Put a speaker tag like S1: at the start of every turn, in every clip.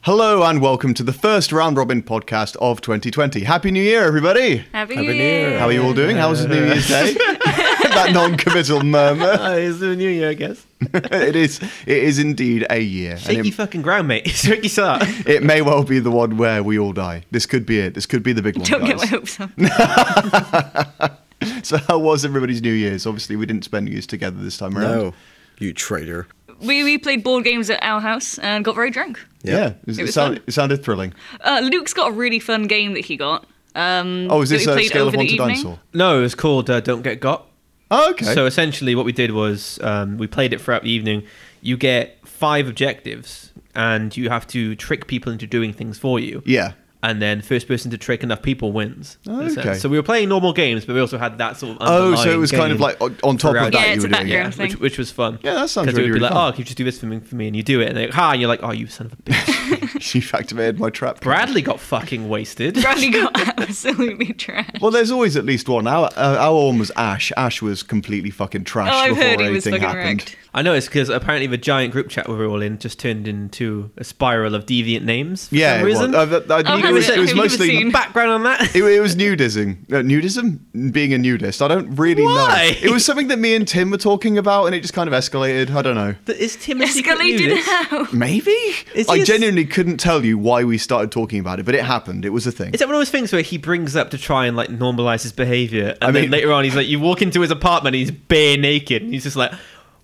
S1: Hello and welcome to the first round robin podcast of 2020. Happy New Year, everybody!
S2: Happy,
S3: Happy
S2: New
S3: New
S2: Year.
S3: Year.
S1: How are you all doing? How was New Year's Day? that non-committal murmur.
S3: Oh, it's the new year, I guess.
S1: it is. It is indeed a year. and
S3: Shaky
S1: it-
S3: fucking ground, mate. It's Ricky Sart.
S1: it may well be the one where we all die. This could be it. This could be the big one.
S2: Don't get
S1: guys.
S2: my hopes up.
S1: So, how was everybody's New Year's? Obviously, we didn't spend New Year's together this time around.
S4: No, you traitor.
S2: we, we played board games at our house and got very drunk.
S1: Yeah,
S4: Yeah.
S1: it, was-
S2: It
S1: it
S2: was
S1: sound-
S2: fun.
S1: it sounded thrilling.
S2: Uh, Luke's got a really fun game that he got. Um,
S1: Oh, is
S2: that
S1: this
S2: we
S1: a
S2: played
S1: scale of
S2: over
S1: one
S2: the
S1: to
S2: evening.
S1: dinosaur?
S3: No, it was called uh, Don't Get Got.
S1: Oh, okay.
S3: So essentially, what we did was um, we played it throughout the evening. You get five objectives, and you have to trick people into doing things for you.
S1: yeah.
S3: And then first person to trick enough people wins. in a
S1: Okay.
S3: sense. So we were playing normal games, but we also had that sort of.
S1: Oh, so it
S3: underlying
S1: was kind of
S3: game
S1: like on on top
S3: throughout
S1: of that
S3: the
S2: Yeah,
S1: you
S2: it's
S1: were doing.
S2: a
S1: it.
S2: background.
S3: Yeah,
S2: thing.
S3: which, which was fun.
S1: Yeah, that sounds
S3: Because
S1: really,
S3: it would
S1: really
S3: be like,
S1: fun.
S3: oh, can you just do this for me, for me? And you do it, and they're like, ha, and you're like, oh, you son of a bitch.
S1: You've activated my trap. card.
S3: Bradley got fucking wasted.
S2: Bradley got absolutely trashed.
S1: Well, there's always at least one. Our, uh, our one was Ash. Ash was completely fucking trash
S2: Oh, I've
S1: before
S2: heard he was
S1: anything
S2: fucking
S1: happened.
S2: wrecked.
S3: I know it's because apparently the giant group chat we were all in just turned into a spiral of deviant names. For
S1: Yeah,
S3: some
S1: it was.
S3: reason.
S1: Uh, that- that-
S2: Oh,
S1: it
S2: has
S1: was-
S2: it?
S1: it was
S2: Have you ever
S1: mostly
S2: seen-
S3: Background on that?
S1: It, it was nudism. Uh, nudism? Being a nudist. I don't really
S3: Why?
S1: know. It was something that me and Tim were talking about and it just kind of escalated. I don't know.
S3: Is Tim a secret
S2: Escalated
S3: nudist?
S2: how?
S1: Maybe?
S3: Is
S1: I
S3: he a s-
S1: genuinely couldn't tell you why we started talking about it, but it happened. It was a thing.
S3: Is that one of those things where he brings up to try and like normalize his behavior, and
S1: I
S3: then
S1: mean-
S3: later on he's like, you walk into his apartment, and he's bare naked, and he's just like,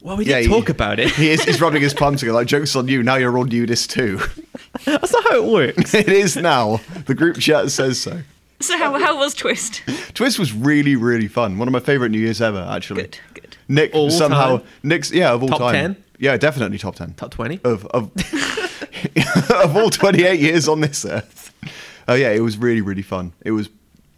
S3: "Well, we didn't
S1: he-
S3: talk about it."
S1: He is, he's rubbing his palms together like, joke's on you, now you're all nudist too.
S3: That's not how it works.
S1: it is now. The group chat says so.
S2: So how, how was Twist?
S3: Oh,
S1: Twist was really, really fun. One of my favourite New Year's ever, actually.
S2: Good, good.
S1: Nick
S3: All
S1: somehow
S3: time?
S1: Nick's yeah of all
S3: Top
S1: time.
S3: 10?
S1: Yeah, definitely top ten.
S3: Top twenty.
S1: of of of all 28 years on this earth. Oh yeah, it was really really fun. It was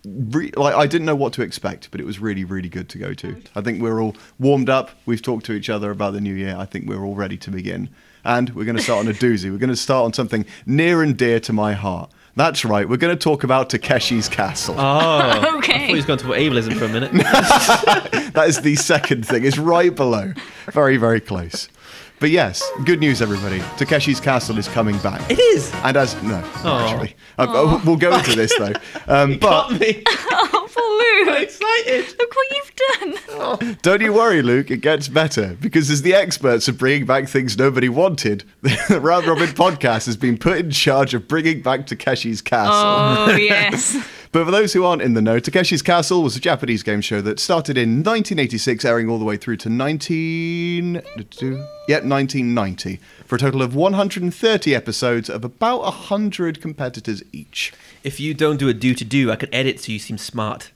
S1: re- like I didn't know what to expect, but it was really really good to go to. I think we're all warmed up. We've talked to each other about the new year. I think we're all ready to begin. And we're going to start on a doozy. We're going to start on something near and dear to my heart. That's right. We're going to talk about Takeshi's Castle.
S3: Oh, I thought
S2: Okay.
S3: he's gone to ableism for a minute.
S1: That is the second thing. It's right below. Very, very close. But yes, good news, everybody. Takeshi's Castle is coming back.
S3: it is.
S1: And as no, actually, Uh, uh, we'll go into this though. Um,
S3: Got
S1: but
S3: me
S2: Oh, Luke!
S3: excited.
S2: Look what you've done.
S1: don't you worry, Luke. It gets better because as the experts are bringing back things nobody wanted, the Round Robin podcast has been put in charge of bringing back Takeshi's Castle.
S2: Oh yes.
S1: But for those who aren't in the know, Takeshi's Castle was a Japanese game show that started in 1986, airing all the way through to 19. Yep, 1990, for a total of 130 episodes of about 100 competitors each.
S3: If you don't do a do to do, I could edit so you seem smart.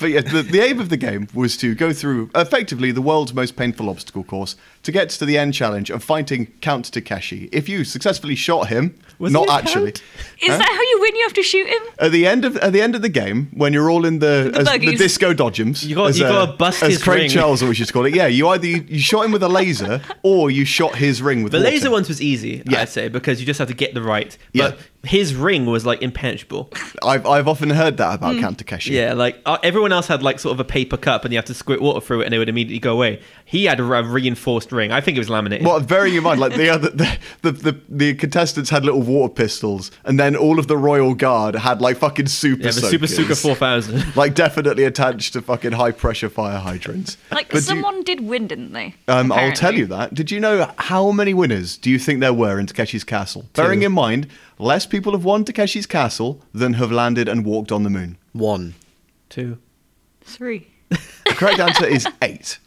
S1: But yeah, the, the aim of the game was to go through effectively the world's most painful obstacle course to get to the end challenge of fighting Count Takeshi. If you successfully shot him,
S3: Was
S1: not
S3: he a
S1: actually.
S3: count?
S2: Is that how you win? You have to shoot him.
S1: At the end of at the end of the game, when you're all in the as- the,
S2: buggies.
S1: disco dodgems,
S3: You got-
S1: as,
S3: you gotta bust
S1: as
S3: his
S1: Craig
S3: ring.
S1: Charles always used to call it. Yeah, you either you, you shot him with a laser or you shot his ring with
S3: The
S1: water.
S3: laser ones was easy,
S1: Yeah.
S3: I'd say, because you just have to get the right.
S1: Yeah.
S3: But his ring was like impenetrable.
S1: I've I've often heard that about
S2: Hmm.
S1: Count Takeshi.
S3: Yeah, like uh, everyone else had like sort of a paper cup, and you have to squirt water through it, and it would immediately go away. He had a re- reinforced ring. I think it was laminated.
S1: Well, bearing in mind, like the other, the, the the the contestants had little water pistols, and then all of the royal guard had like fucking super
S3: yeah, the Super Suka
S1: soakers.
S3: four thousand.
S1: like definitely attached to fucking high pressure fire hydrants.
S2: Like
S1: But do you-
S2: someone did win, didn't they?
S1: um, I'll tell
S2: Apparently.
S1: you that. Did you know how many winners do you think there were in Takeshi's Castle? Bearing in mind, less people have won Takeshi's Castle than have landed and walked on the moon.
S4: One.
S3: Two.
S2: Three.
S1: The correct answer is eight.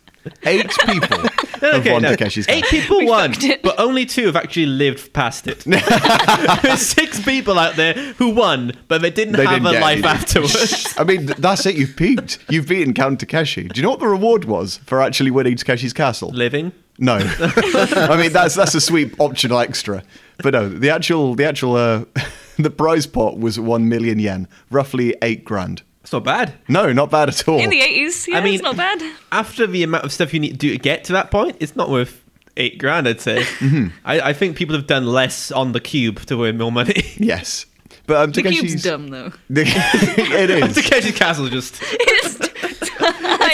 S1: Eight people have won
S3: no.
S1: Takeshi's
S3: Eight
S1: Castle.
S3: people won,
S2: fucked it.
S3: but only two have actually lived past it. There's six people out there who won, but they didn't
S1: They
S3: have
S1: didn't
S3: a
S1: get
S3: life
S1: anything.
S3: afterwards.
S1: I mean, th- that's it. You've peaked. You've beaten Count Takeshi. Do you know what the reward was for actually winning Takeshi's Castle?
S3: Living.
S1: No, I mean that's that's a sweet optional extra. But no, the actual the actual uh, the prize pot was one million yen, roughly eight grand.
S3: It's not bad.
S1: No, not bad at all.
S2: In the eighties. Yeah,
S3: I mean,
S2: it's not bad.
S3: After the amount of stuff you need to do to get to that point, it's not worth eight grand, I'd say.
S1: Mm-hmm.
S3: I, I think people have done less on the cube to win more money.
S1: yes, but um,
S2: The
S1: Takeshi's
S2: cube's dumb though.
S1: it is.
S3: Takeshi's Castle just.
S2: It's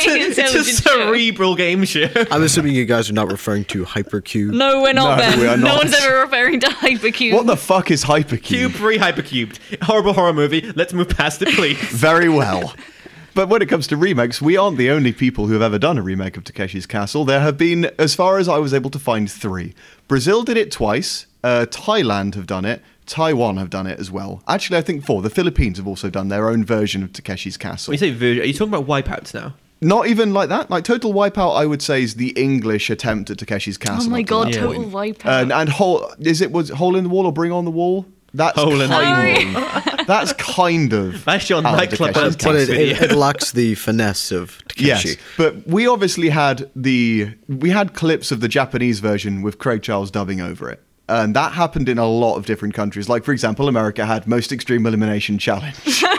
S3: it's a cerebral game show.
S4: I'm assuming you guys are not referring to Hypercube.
S2: No, we're
S1: No,
S2: not, Ben.
S1: we are
S2: No
S1: not.
S2: one's ever referring to Hypercube.
S1: What the fuck is Hypercube?
S3: Cube re hypercubed. Horrible horror movie. Let's move past it, please.
S1: Very well. But when it comes to remakes, we aren't the only people who have ever done a remake of Takeshi's Castle. There have been, as far as I was able to find, three. Brazil did it twice, uh, Thailand have done it, Taiwan have done it as well. Actually, I think four. The Philippines have also done their own version of Takeshi's Castle.
S3: when you say version, are you talking about wipeouts now?
S1: Not even like that. Like Total Wipeout, I would say is the English attempt at Takeshi's Castle.
S2: Oh my
S1: up to
S2: god,
S1: that
S2: total
S1: point.
S2: wipeout.
S1: And, and hole is it was hole in the wall or bring on the wall? That's
S3: Hole in the
S1: kind that's kind of
S3: That's your
S1: how
S3: nightclub
S1: Takeshi's
S3: anthem.
S4: But it,
S3: Thanks,
S4: it, it lacks the finesse of
S1: Yes,
S4: Takeshi.
S1: but we obviously had the we had clips of the Japanese version with Craig Charles dubbing over it, and that happened in a lot of different countries. Like for example, America had Most Extreme Elimination Challenge,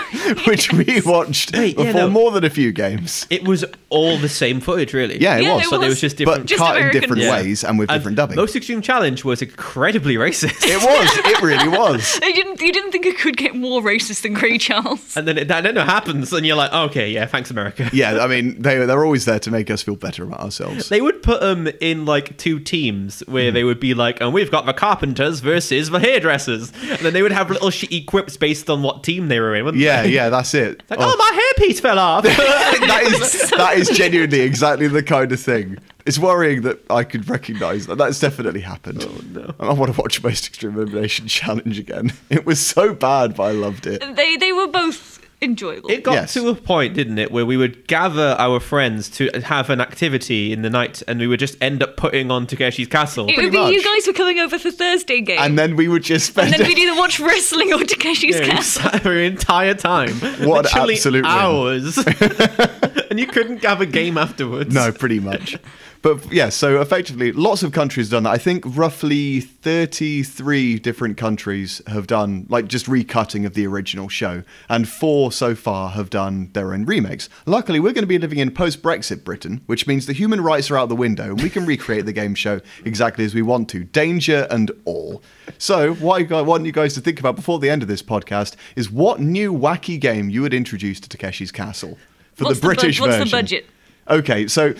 S1: which we watched
S3: Wait, yeah,
S1: before
S3: no.
S1: more than a few games.
S3: It was all the same footage, really.
S1: Yeah, it
S2: Yeah,
S1: was,
S2: it
S3: But there was
S2: was.
S3: just
S1: but
S3: different.
S2: Just
S1: cut in
S2: American-
S1: different
S2: Yeah.
S1: ways and with
S3: And
S1: different dubbing.
S3: Most Extreme Challenge was incredibly racist.
S1: it was, it really was.
S2: They didn't, you didn't think it could get more racist than Grey Charles.
S3: and then it, that then it happens, and you're like, okay, yeah, thanks, America.
S1: Yeah, I mean they they're always there to make us feel better about ourselves.
S3: They would put them in like two teams where
S1: Mm-hmm.
S3: they would be like, and we've got the carpenters versus the hairdressers. And then they would have little shitty quips based on what team they were in, wouldn't
S1: yeah,
S3: they?
S1: yeah, that's it. Oh,
S3: Like, oh, my hairpiece fell off.
S1: that is that is genuinely exactly the kind of thing. It's worrying that I could recognise that. That's definitely happened. Oh, no. I want to watch Most Extreme Elimination Challenge again. It was so bad, but I loved it.
S2: They, they were both enjoyable.
S3: It got
S1: Yes.
S3: to a point, didn't it, where we would gather our friends to have an activity in the night, and we would just end up putting on Takeshi's Castle.
S2: It would be
S1: much.
S2: you guys were coming over for Thursday game.
S1: And then we would just
S2: And
S1: spend
S2: then we'd either watch wrestling or Takeshi's
S3: Yeah, we
S2: Castle.
S3: sat there the entire time.
S1: What an
S3: Literally
S1: absolute win.
S3: hours. and you couldn't have a game afterwards.
S1: No, pretty much. But yeah, so effectively, lots of countries done that. I think roughly 33 different countries have done like just recutting of the original show, and four so far have done their own remakes. Luckily, we're going to be living in post Brexit Britain, which means the human rights are out the window, and we can recreate the game show exactly as we want to, danger and all. So, what I got- want you guys to think about before the end of this podcast is what new wacky game you would introduce to Takeshi's Castle for
S2: What's
S1: the
S2: the bud-
S1: British
S2: what's the
S1: version.
S2: budget?
S1: Okay, so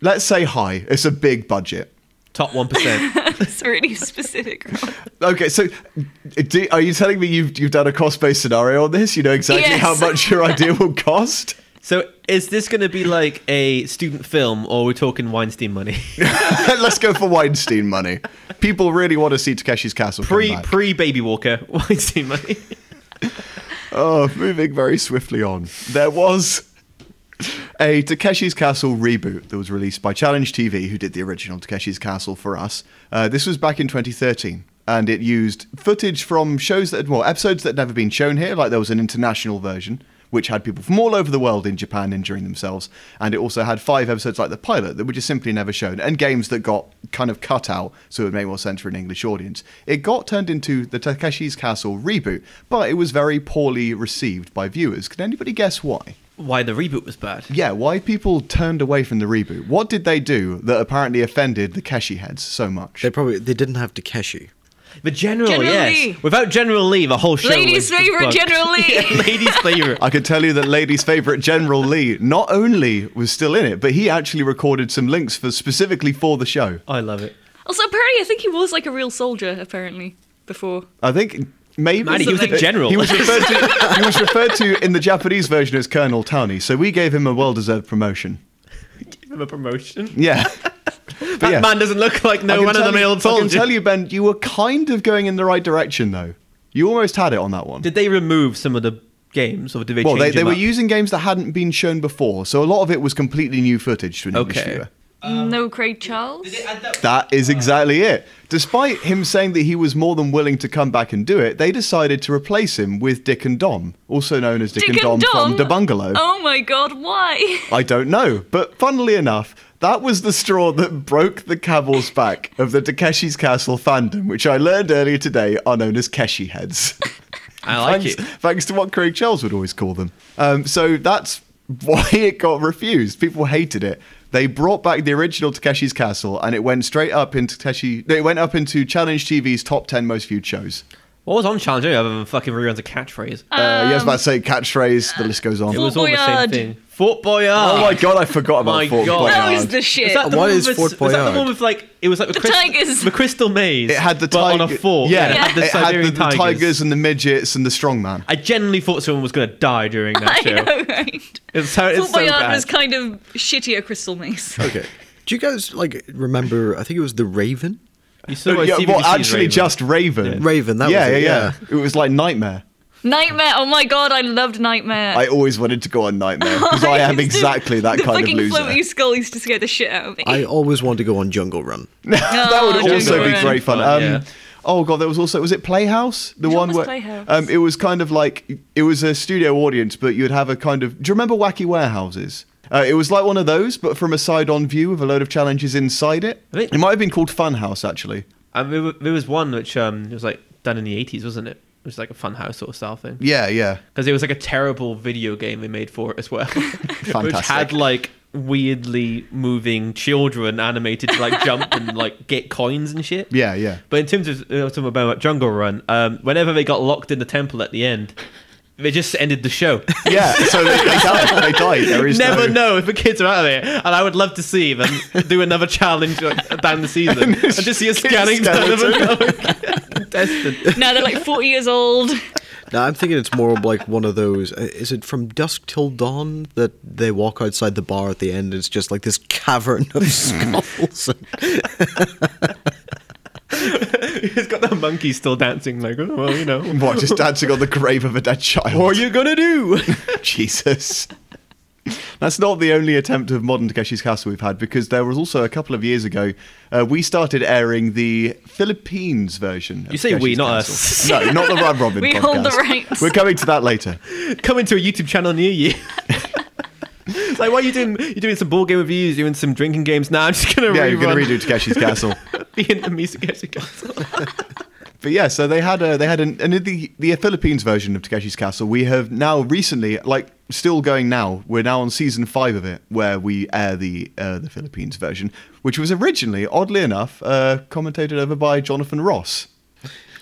S1: let's say high. It's a big budget.
S3: Top 1%.
S2: That's really specific. Rob.
S1: Okay, so do, are you telling me you've you've done a cost-based scenario on this? You know exactly
S2: Yes.
S1: how much your idea will cost.
S3: so is this going to be like a student film, or we're talking Weinstein money?
S1: let's go for Weinstein money. People really want to see Takeshi's Castle. come
S3: pre
S1: back.
S3: pre Baby Walker Weinstein money.
S1: Oh, moving very swiftly on. There was a Takeshi's Castle reboot that was released by Challenge TV, who did the original Takeshi's Castle for us. Uh, this was back in 2013, and it used footage from shows that, well, episodes that had never been shown here. Like there was an international version, which had people from all over the world in Japan injuring themselves, and it also had five episodes like the pilot that were just simply never shown, and games that got kind of cut out so it would make more sense for an English audience. It got turned into the Takeshi's Castle reboot, but it was very poorly received by viewers. Can anybody guess why?
S3: Why the reboot was bad?
S1: Yeah, why people turned away from the reboot? What did they do that apparently offended the Keshi heads so much?
S4: They probably they didn't have Takeshi.
S3: The General,
S2: General
S3: yes.
S2: Lee.
S3: Without General Lee, the whole show.
S2: Ladies'
S3: was debunked.
S2: favourite General Lee.
S3: yeah, ladies' favorite.
S1: I could tell you that Lady's favourite General Lee not only was still in it, but he actually recorded some links for specifically for the show.
S3: I love it.
S2: Also, apparently, I think he was like a real soldier, apparently, before.
S1: I think maybe
S3: Manny, he was
S2: Something.
S3: a general.
S1: He was referred to he was referred to in the Japanese version as Colonel Townie, so we gave him a well deserved promotion.
S3: a promotion.
S1: Yeah.
S3: That
S1: yeah.
S3: man doesn't look like
S1: I
S3: no
S1: can
S3: one of
S1: tell
S3: the
S1: you-
S3: male
S1: I can
S3: soldiers.
S1: tell you, Ben, you were kind of going in the right direction though. You almost had it on that one.
S3: Did they remove some of the games, or did they?
S1: Well, they,
S3: change
S1: they
S3: them
S1: were
S3: up?
S1: using games that hadn't been shown before, so a lot of it was completely new footage to an English
S3: Okay.
S1: viewer.
S2: no Craig Charles?
S1: That is exactly it. Despite him saying that he was more than willing to come back and do it, they decided to replace him with Dick and Dom, also known as Dick,
S2: Dick
S1: and Dom,
S2: and
S1: from
S2: Dom?
S1: Da Bungalow.
S2: Oh my god, why?
S1: I don't know, but funnily enough, that was the straw that broke the camel's back of the Takeshi's Castle fandom, which I learned earlier today are known as Keshi heads.
S3: I like
S1: thanks,
S3: it.
S1: thanks to what Craig Charles would always call them. Um, so that's why it got refused. People hated it. They brought back the original Takeshi's Castle, and it went straight up into Takeshi. It went up into Challenge TV's top ten most viewed shows.
S3: What was on challenge anyway, other than fucking reruns of catchphrase?
S1: Uh, yeah, I was about to say catchphrase. The list goes on.
S3: it was all the same
S2: Fort Boyard.
S3: thing. Fort Boyard.
S1: oh my god, I forgot about
S3: My
S1: Fort
S3: God.
S1: Boyard.
S2: That was the shit.
S3: Is that the
S4: What
S3: one
S4: is
S3: with,
S4: Fort
S3: Is that
S4: Boyard?
S3: the one with like it was like the,
S2: The tigers.
S3: the crystal maze?
S1: It had the
S3: but
S1: tiger
S3: on a fort.
S1: Yeah,
S3: it had the
S1: it had
S3: Siberian
S1: the, the
S3: tigers.
S1: tigers and the midgets and the strongman.
S3: I genuinely thought someone was going to die during that
S2: I
S3: show.
S2: know, right?
S3: It's so, it's
S2: Fort
S3: so
S2: Boyard
S3: bad.
S2: was kind of shittier Crystal Maze.
S4: Okay. Do you guys like remember? I think it was the Raven.
S3: You saw my
S1: Uh, yeah,
S3: CBBC's
S1: well, actually,
S3: rating.
S1: just Raven.
S4: Raven, that
S1: yeah,
S4: was it,
S1: yeah, yeah. It was like Nightmare.
S2: Nightmare. Oh my god, I loved Nightmare.
S1: I always wanted to go on Nightmare because I am exactly that
S2: the
S1: kind of
S2: fucking
S1: loser.
S2: floaty skull used to scare the shit out of me.
S4: I always wanted to go on Jungle Run.
S1: that would
S2: Oh,
S1: also
S2: Jungle
S1: be
S2: Run.
S1: great fun. Um,
S3: Fun, yeah.
S1: Oh god, there was also was it Playhouse? The
S2: Which
S1: one
S2: one was
S1: where
S2: Playhouse?
S1: um, it was kind of like it was a studio audience, but you'd have a kind of. Do you remember Wacky Warehouses? Uh, it was like one of those, but from a side-on view with a load of challenges inside it.
S3: I think-
S1: It might have been called Funhouse actually.
S3: And there, wa- there was one which um was like done in the eighties, wasn't it? It was like a fun house sort of style thing.
S1: Yeah, yeah.
S3: Because it was like a terrible video game they made for it as well, which had
S1: Fantastic.
S3: like weirdly moving children animated to like jump and like get coins and shit.
S1: Yeah, yeah.
S3: But in terms of uh, talking about Jungle Run, um, whenever they got locked in the temple at the end, they just ended the show.
S1: Yeah, so they, they died. They died. There is
S3: Never
S1: no...
S3: know if the kids are out of here, and I would love to see them do another challenge like, down the season and just see a scanning down of another contestant.
S2: now they're like 40 years old.
S4: Now I'm thinking it's more of like one of those. uh, Is it from dusk till dawn that they walk outside the bar at the end? It's just like this cavern of skulls.
S3: He's got the monkey still dancing, like, oh, well, you know.
S1: What, just dancing on the grave of a dead child?
S3: What are you gonna do?
S1: Jesus. That's not the only attempt of modern Takeshi's Castle we've had, because there was also a couple of years ago, uh, we started airing the Philippines version. Of
S3: You say we,
S1: Takeshi's
S3: not
S1: Castle. No, not the Run Robin.
S2: We
S1: podcast.
S2: hold the rights.
S1: We're coming to that later.
S3: Coming to a YouTube channel near you. It's like, why are you doing? You're doing some board game reviews, doing some drinking games. Now I'm just gonna
S1: Yeah,
S3: rerun
S1: you're going to redo Takeshi's Castle.
S3: the Vietnamese Games Castle.
S1: But yeah, so they had a, they had an, and in the the Philippines version of Takeshi's Castle. We have now recently, like still going now. We're now on season five of it, where we air the uh, the Philippines version, which was originally, oddly enough, uh, commentated over by Jonathan Ross.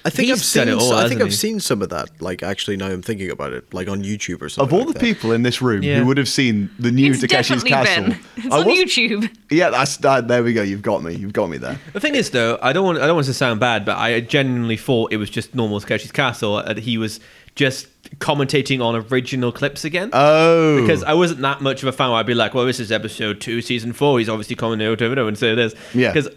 S4: I think
S3: He's
S4: I've
S3: done
S4: seen.
S3: it all,
S4: so- I
S3: hasn't
S4: think I've
S3: he?
S4: seen some of that. Like actually, now I'm thinking about it, like on YouTube or
S1: Of
S4: something.
S1: all
S4: like
S1: the
S4: that.
S1: people in this room
S3: Yeah.
S1: who would have seen the new
S2: it's
S1: Takeshi's
S2: definitely
S1: Castle,
S2: been. It's
S1: I
S2: on
S1: was-
S2: YouTube.
S1: Yeah, that's that. There we go. You've got me. You've got me there.
S3: The thing is, though, I don't want I don't want this to sound bad, but I genuinely thought it was just normal Takeshi's Castle, and he was just commentating on original clips again.
S1: Oh,
S3: because I wasn't that much of a fan. Where I'd be like, well, this is episode two, season four. He's obviously commenting over and over and so this.
S1: Yeah.
S3: Because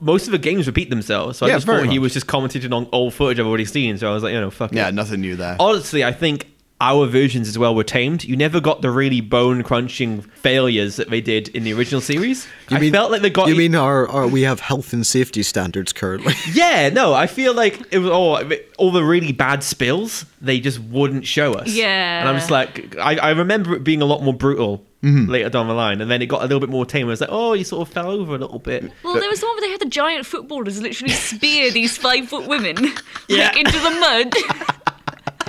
S3: most of the games repeat themselves, so I
S1: Yeah,
S3: just
S1: very
S3: thought he
S1: much.
S3: was just commentating on old footage I've already seen. So I was like, you know, fuck
S1: yeah,
S3: it.
S1: nothing new there.
S3: Honestly, I think our versions as well were tamed. You never got the really bone crunching failures that they did in the original series. I felt like they got e-
S4: You mean our, our we have health and safety standards currently?
S3: Yeah, no, I feel like it was all all the really bad spills. They just wouldn't show us.
S2: Yeah.
S3: and I'm just like, I, I remember it being a lot more brutal
S4: Mm-hmm.
S3: later down the line, and then it got a little bit more tame. I was like, oh, you sort of fell over a little bit.
S2: Well, there was the one where they had the giant footballers literally spear these five foot women
S3: Yeah.
S2: like, into the mud. Oh,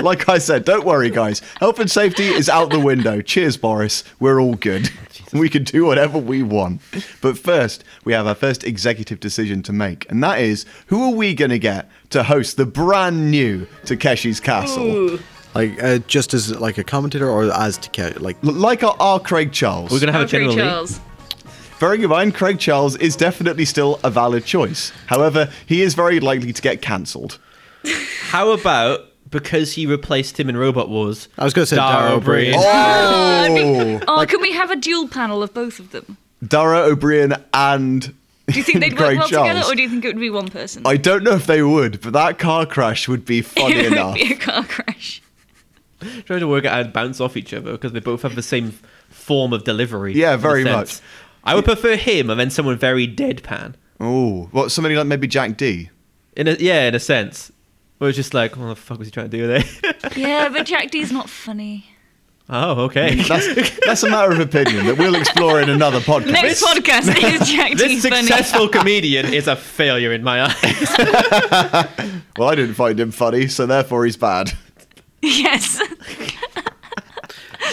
S1: Like I said, don't worry, guys. Health and safety is out the window. Cheers, Boris. We're all good. We can do whatever we want. But first, we have our first executive decision to make, and that is who are we going to get to host the brand new Takeshi's Castle?
S4: like uh, just as like a commentator or as to ca- like
S1: L- Like our, our Craig Charles.
S3: We're gonna have a
S2: Audrey
S3: general. meet.
S2: Charles.
S1: Bearing in mind, Craig Charles is definitely still a valid choice. However, he is very likely to get cancelled.
S3: How about because he replaced him in Robot Wars?
S4: I was gonna say
S3: Dara
S4: Dara O'Brien.
S3: O'Brien.
S1: Oh!
S2: Oh, can we have a dual panel of both of them?
S1: Dara O'Brien and.
S2: Do you think they'd work
S1: Craig
S2: well
S1: Charles.
S2: together, or do you think it would be one person?
S1: I don't know if they would, but that car crash would be funny
S2: it
S1: enough.
S2: would be a car crash.
S3: Trying to work out how to bounce off each other because they both have the same form of delivery.
S1: Yeah,
S3: in a
S1: very much.
S3: sense. I would prefer him and then someone very deadpan.
S1: Oh, what? Somebody like maybe Jack D.
S3: In a, yeah, in a sense. Where it's just like, what the fuck was he trying to do there?
S2: Yeah, but Jack D's not funny.
S3: oh, okay.
S2: Mm,
S1: That's, that's a matter of opinion that we'll explore in another podcast.
S2: Next podcast is Jack
S3: this
S2: D's funny.
S3: successful comedian is a failure in my eyes.
S1: well, I didn't find him funny, so therefore he's bad.
S2: Yes.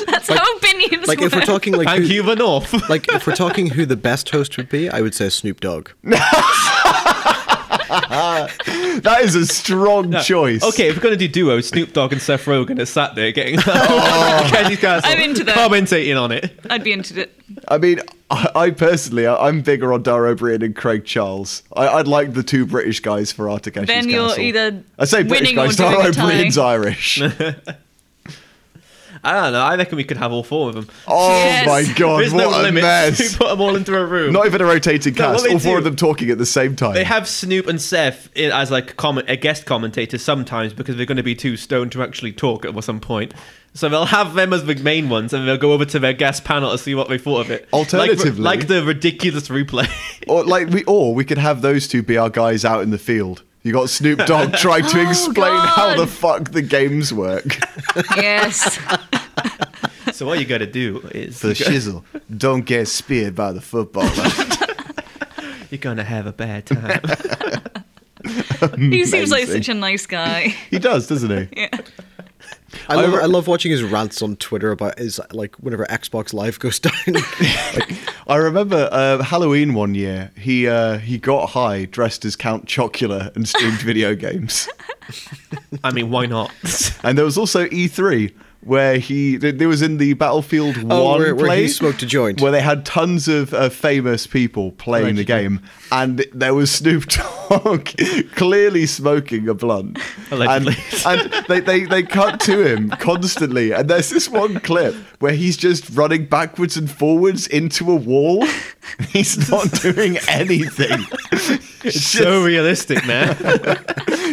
S2: That's how opinions
S4: like
S2: work.
S4: if we're talking like who,
S3: Vancouver North.
S4: like if we're talking who the best host would be, I would say Snoop Dogg.
S1: that is a strong choice.
S3: Okay, if we're gonna do duo, Snoop Dogg and Seth Rogen are sat there getting Candy
S2: Oh.
S3: Castle.
S2: I'm into that.
S3: Commentating on it.
S2: I'd be into it.
S1: I mean, I, I personally, I, I'm bigger on Dara O'Brien and Craig Charles. I, I'd like the two British guys for Artakashi's
S2: Then you're
S1: Castle.
S2: either
S1: I say British
S2: winning or
S1: guys,
S2: doing
S1: Dara
S2: a tie.
S1: O'Brien's Irish.
S3: I don't know. I reckon we could have all four of them.
S1: Oh
S2: Yes.
S1: my god,
S3: There's
S1: what
S3: no
S1: a
S3: limit. We
S1: mess!
S3: put them all into a room.
S1: Not even a rotating
S3: No, what
S1: cast.
S3: they
S1: all four
S3: do-
S1: of them talking at the same time.
S3: They have Snoop and Seth in, as like comment, a guest commentator sometimes because they're going to be too stoned to actually talk at some point. So they'll have them as the main ones, and they'll go over to their guest panel to see what they thought of it. Like-
S1: Alternatively-
S3: like, the ridiculous replay.
S1: or like we, or we could have those two be our guys out in the field. You got Snoop Dogg trying to
S2: Oh,
S1: explain how the
S2: God.
S1: fuck the games work.
S2: Yes.
S3: so all you got to do is
S1: The
S3: you gotta-
S1: shizzle, don't get speared by the footballer.
S3: you're going to have a bad time.
S2: he seems like
S1: Amazing.
S2: such a nice guy.
S1: he does, doesn't he?
S2: Yeah.
S4: I love, I love watching his rants on Twitter about his like whenever Xbox Live goes down.
S1: I remember uh, Halloween one year. He uh, he got high, dressed as Count Chocula, and streamed video games.
S3: I mean, why not?
S1: And there was also E3 where he th- there was in the Battlefield One
S4: Oh, where-
S1: play
S4: where he smoked a joint.
S1: where they had tons of uh, famous people playing the
S3: Allegedly.
S1: game, and there was Snoop Dogg clearly smoking a blunt.
S3: Allegedly.
S1: And, and they, they they cut to him constantly, and there's this one clip where he's just running backwards and forwards into a wall. He's not doing anything.
S3: It's so realistic, man.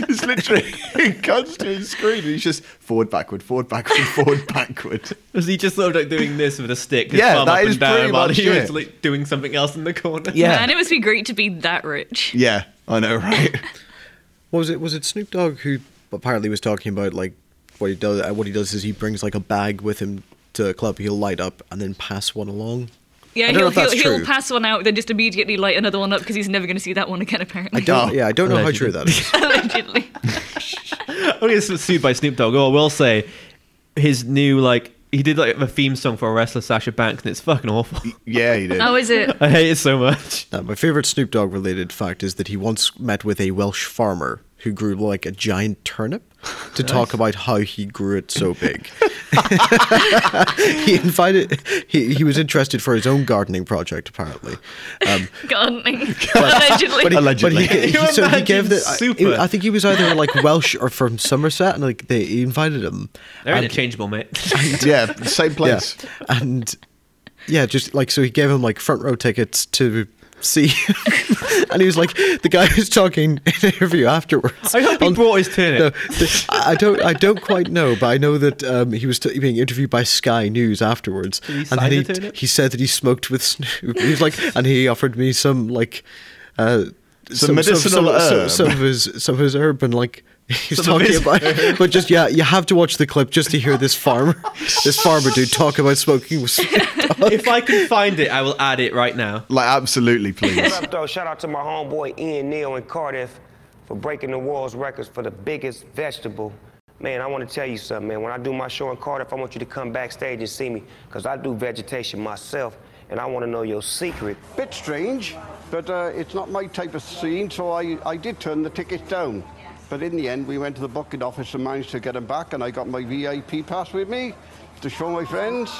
S1: It's literally it cuts to his screen and he's just forward, backward, forward, backward, forward, backward.
S3: Was he just sort of like doing this with a stick? his
S1: Yeah,
S3: thumb
S1: that
S3: up
S1: is
S3: and down
S1: pretty
S3: while
S1: much
S3: he was
S1: it.
S3: like doing something else in the corner.
S1: Yeah.
S2: Man, it must be great to be that rich.
S1: Yeah, I know, right?
S4: What was it? Was it Snoop Dogg who apparently was talking about like what he does? uh, What he does is he brings like a bag with him to a club. He'll light up and then pass one along.
S2: Yeah,
S4: I don't know
S2: he'll,
S4: if that's
S2: he'll, he'll
S4: true.
S2: pass one out, then just immediately light another one up because he's never going to see that one again,
S4: I
S2: apparently.
S4: don't.
S1: Oh,
S4: yeah, I don't know how
S3: allegedly.
S4: true that is.
S2: Allegedly.
S3: I'm gonna get sued by Snoop Dogg. Oh, I will say, his new like he did like a theme song for a wrestler Sasha Banks, and it's fucking awful.
S1: Yeah, he did.
S2: Oh, is it?
S3: I hate it so much.
S4: Now, my favorite Snoop Dogg related fact is that he once met with a Welsh farmer who grew like a giant turnip to talk about how he grew it so big. he invited he, he was interested for his own gardening project apparently. Um,
S2: Gardening. Allegedly.
S4: but he,
S1: Allegedly.
S4: but he,
S3: Can you
S4: he- so he
S3: imagine
S4: gave the
S3: super?
S4: I, I think he was either like Welsh or from Somerset and like they invited him.
S3: They're
S4: And-
S3: interchangeable, mate.
S1: yeah, same place.
S4: yeah. And yeah, just like so he gave him like front row tickets to see and he was like the guy who's talking in the interview afterwards.
S3: I hope he
S4: on-
S3: brought his turnip.
S4: No, the- I I don't I don't quite know, but I know that um, he was t- being interviewed by Sky News afterwards.
S3: he
S4: and
S3: sign
S4: then he,
S3: the turnip?
S4: he said that he smoked with Snoop. He was like and he offered me some like uh
S1: Some medicinal herb.
S4: some of his some of his herb and like he's
S3: Some of
S4: talking
S3: his
S4: about but just yeah you have to watch the clip just to hear this farmer this farmer dude talk about smoking with
S3: if I can find it, I will add it right now.
S1: Like, absolutely, please.
S5: What's up, though? Shout out to my homeboy Ian Neal in Cardiff for breaking the world's records for the biggest vegetable. Man, I want to tell you something, man. When I do my show in Cardiff, I want you to come backstage and see me, because I do vegetation myself, and I want to know your secret.
S6: Bit strange, but uh, it's not my type of scene, so I, I did turn the ticket down. But in the end, we went to the booking office and managed to get them back, and I got my VIP pass with me to show my friends.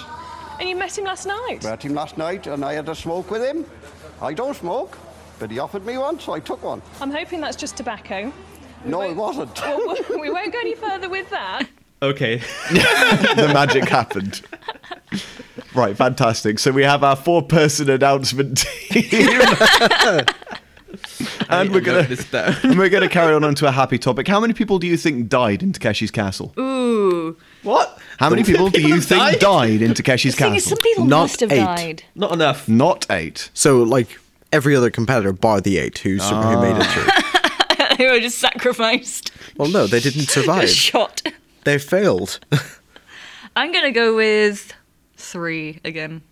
S7: And you met him last night?
S6: I met him last night, and I had a smoke with him. I don't smoke, but he offered me one, so I took one.
S7: I'm hoping that's just tobacco.
S6: No, it wasn't.
S7: Well, we won't go any further with that.
S3: Okay.
S1: the magic happened. Right, fantastic. So we have our four-person announcement team,
S3: I need
S1: and we're
S3: to
S1: gonna
S3: note this down.
S1: and we're gonna carry on onto a happy topic. How many people do you think died in Takeshi's Castle?
S2: Ooh.
S3: What?
S1: How many people, do you think died, in Takeshi's
S2: The thing is,
S1: Castle?
S2: some people
S4: Not
S2: must have
S4: eight.
S2: died.
S3: Not enough.
S1: Not eight.
S4: so like every other competitor bar the eight who, sur- who made it
S3: Ah.
S4: through
S2: they were just sacrificed.
S4: well no they didn't survive
S2: Shot.
S4: they failed
S2: I'm going to go with three again.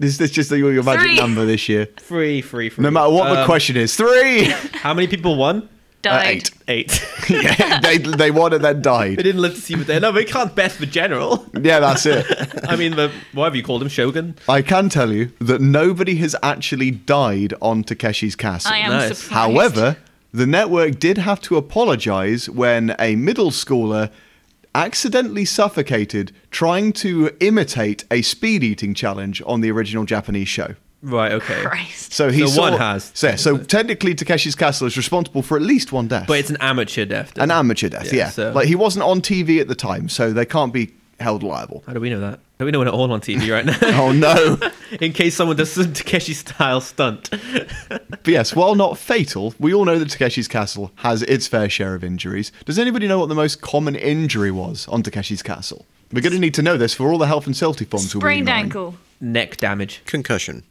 S1: Is this just your, your magic
S2: Three.
S1: number this year?
S3: Free, free, free.
S1: No matter what the
S3: Um,
S1: question is, three.
S3: How many people won?
S1: Uh,
S2: Died.
S1: eight.
S3: Eight.
S1: yeah, they they won and then
S3: they
S1: died.
S3: didn't live to see what they. No, we can't best the general.
S1: Yeah, that's it.
S3: I mean, the whatever you called him, Shogun.
S1: I can tell you that nobody has actually died on Takeshi's Castle.
S2: I am
S3: Nice.
S2: surprised.
S1: However, The network did have to apologise when a middle schooler accidentally suffocated trying to imitate a speed eating challenge on the original Japanese show.
S3: Right, okay.
S2: Christ.
S1: So he
S3: So one
S1: saw-
S3: has.
S1: So, so technically, Takeshi's Castle is responsible for at least one death.
S3: But it's an amateur death.
S1: an amateur death, yeah.
S3: so-
S1: Like he wasn't on TV at the time, so they can't be held liable.
S3: How do we know that? How do we know it all on TV right now?
S1: Oh no!
S3: In case someone does some Takeshi style stunt.
S1: but yes, while not fatal, we all know that Takeshi's Castle has its fair share of injuries. Does anybody know what the most common injury was on Takeshi's Castle? We're going to need to know this for all the health and safety forms. we'll be
S2: Sprained
S1: ignoring.
S2: ankle.
S3: Neck damage.
S4: Concussion.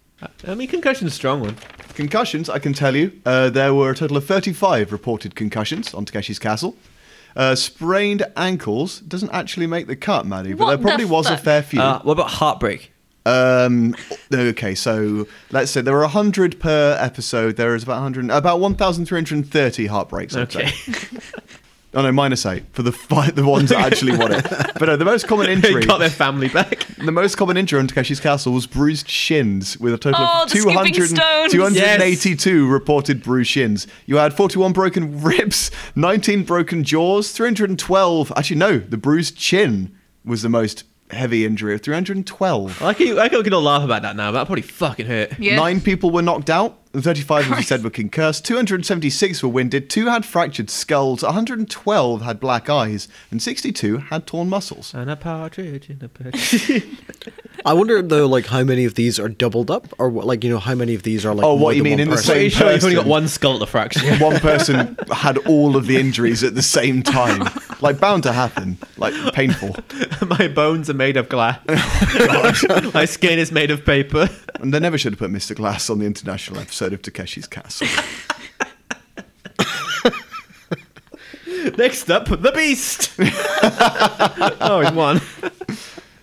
S3: I mean, concussion's a strong one.
S1: Concussions, I can tell you, uh, there were a total of 35 reported concussions on Takeshi's Castle. Uh, sprained ankles doesn't actually make the cut, Maddie, but
S2: What
S1: there probably
S2: the
S1: was a
S2: fuck?
S1: fair few.
S3: Uh, what about heartbreak?
S1: Um, okay, so let's say there are 100 per episode. There is about 100, about 1,330 heartbreaks. I'd
S3: Okay.
S1: Say. Oh no, minus eight for the fi- the ones that actually want it. But no, the most common injury,
S3: Got their family back.
S1: the most common injury on Takeshi's Castle was bruised shins, with a total
S2: Oh,
S1: of
S2: the skipping
S1: 200,
S2: stones.
S1: 282 reported bruised shins. You had 41 broken ribs, 19 broken jaws, 312. Actually, no, the bruised chin was the most heavy injury of 312.
S3: I can, I can all laugh about that now, but that probably fucking hurt.
S2: Yeah.
S1: Nine people were knocked out. 35, as we said, were concussed. 276 were winded. Two had fractured skulls. 112 had black eyes. And 62 had torn muscles.
S3: And a partridge in a pear tree.
S4: I wonder though, like how many of these are doubled up, or what, like you know how many of these are like.
S1: Oh, what
S4: more
S1: you
S4: than
S1: mean
S4: one
S1: in the
S4: person?
S1: same
S3: Pretty sure you've only got
S1: person.
S3: one skull to fracture.
S1: One person had all of the injuries at the same time. Like, bound to happen. Like, painful.
S3: My bones are made of glass. My skin is made of paper.
S1: And they never should have put Mr. Glass on the international episode of Takeshi's Castle.
S3: Next up, the beast. oh, he's won.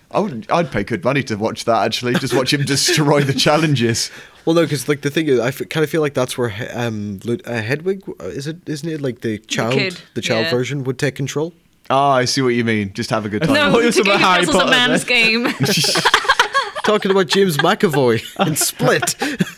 S1: I would, I'd pay good money to watch that, actually. Just watch him destroy the challenges.
S4: Well, no, because like the thing is, I kind of feel like that's where he- um Lud- uh, Hedwig uh, is it isn't it like the child
S2: kid,
S4: the child
S2: yeah.
S4: version would take control.
S1: Ah, I see what you mean. Just have a good time.
S3: thought it
S2: No,
S3: was
S2: to
S3: about
S2: get
S3: Harry
S2: Castle's a
S3: Potter there.
S2: man's game.
S4: Talking about James McAvoy and Split.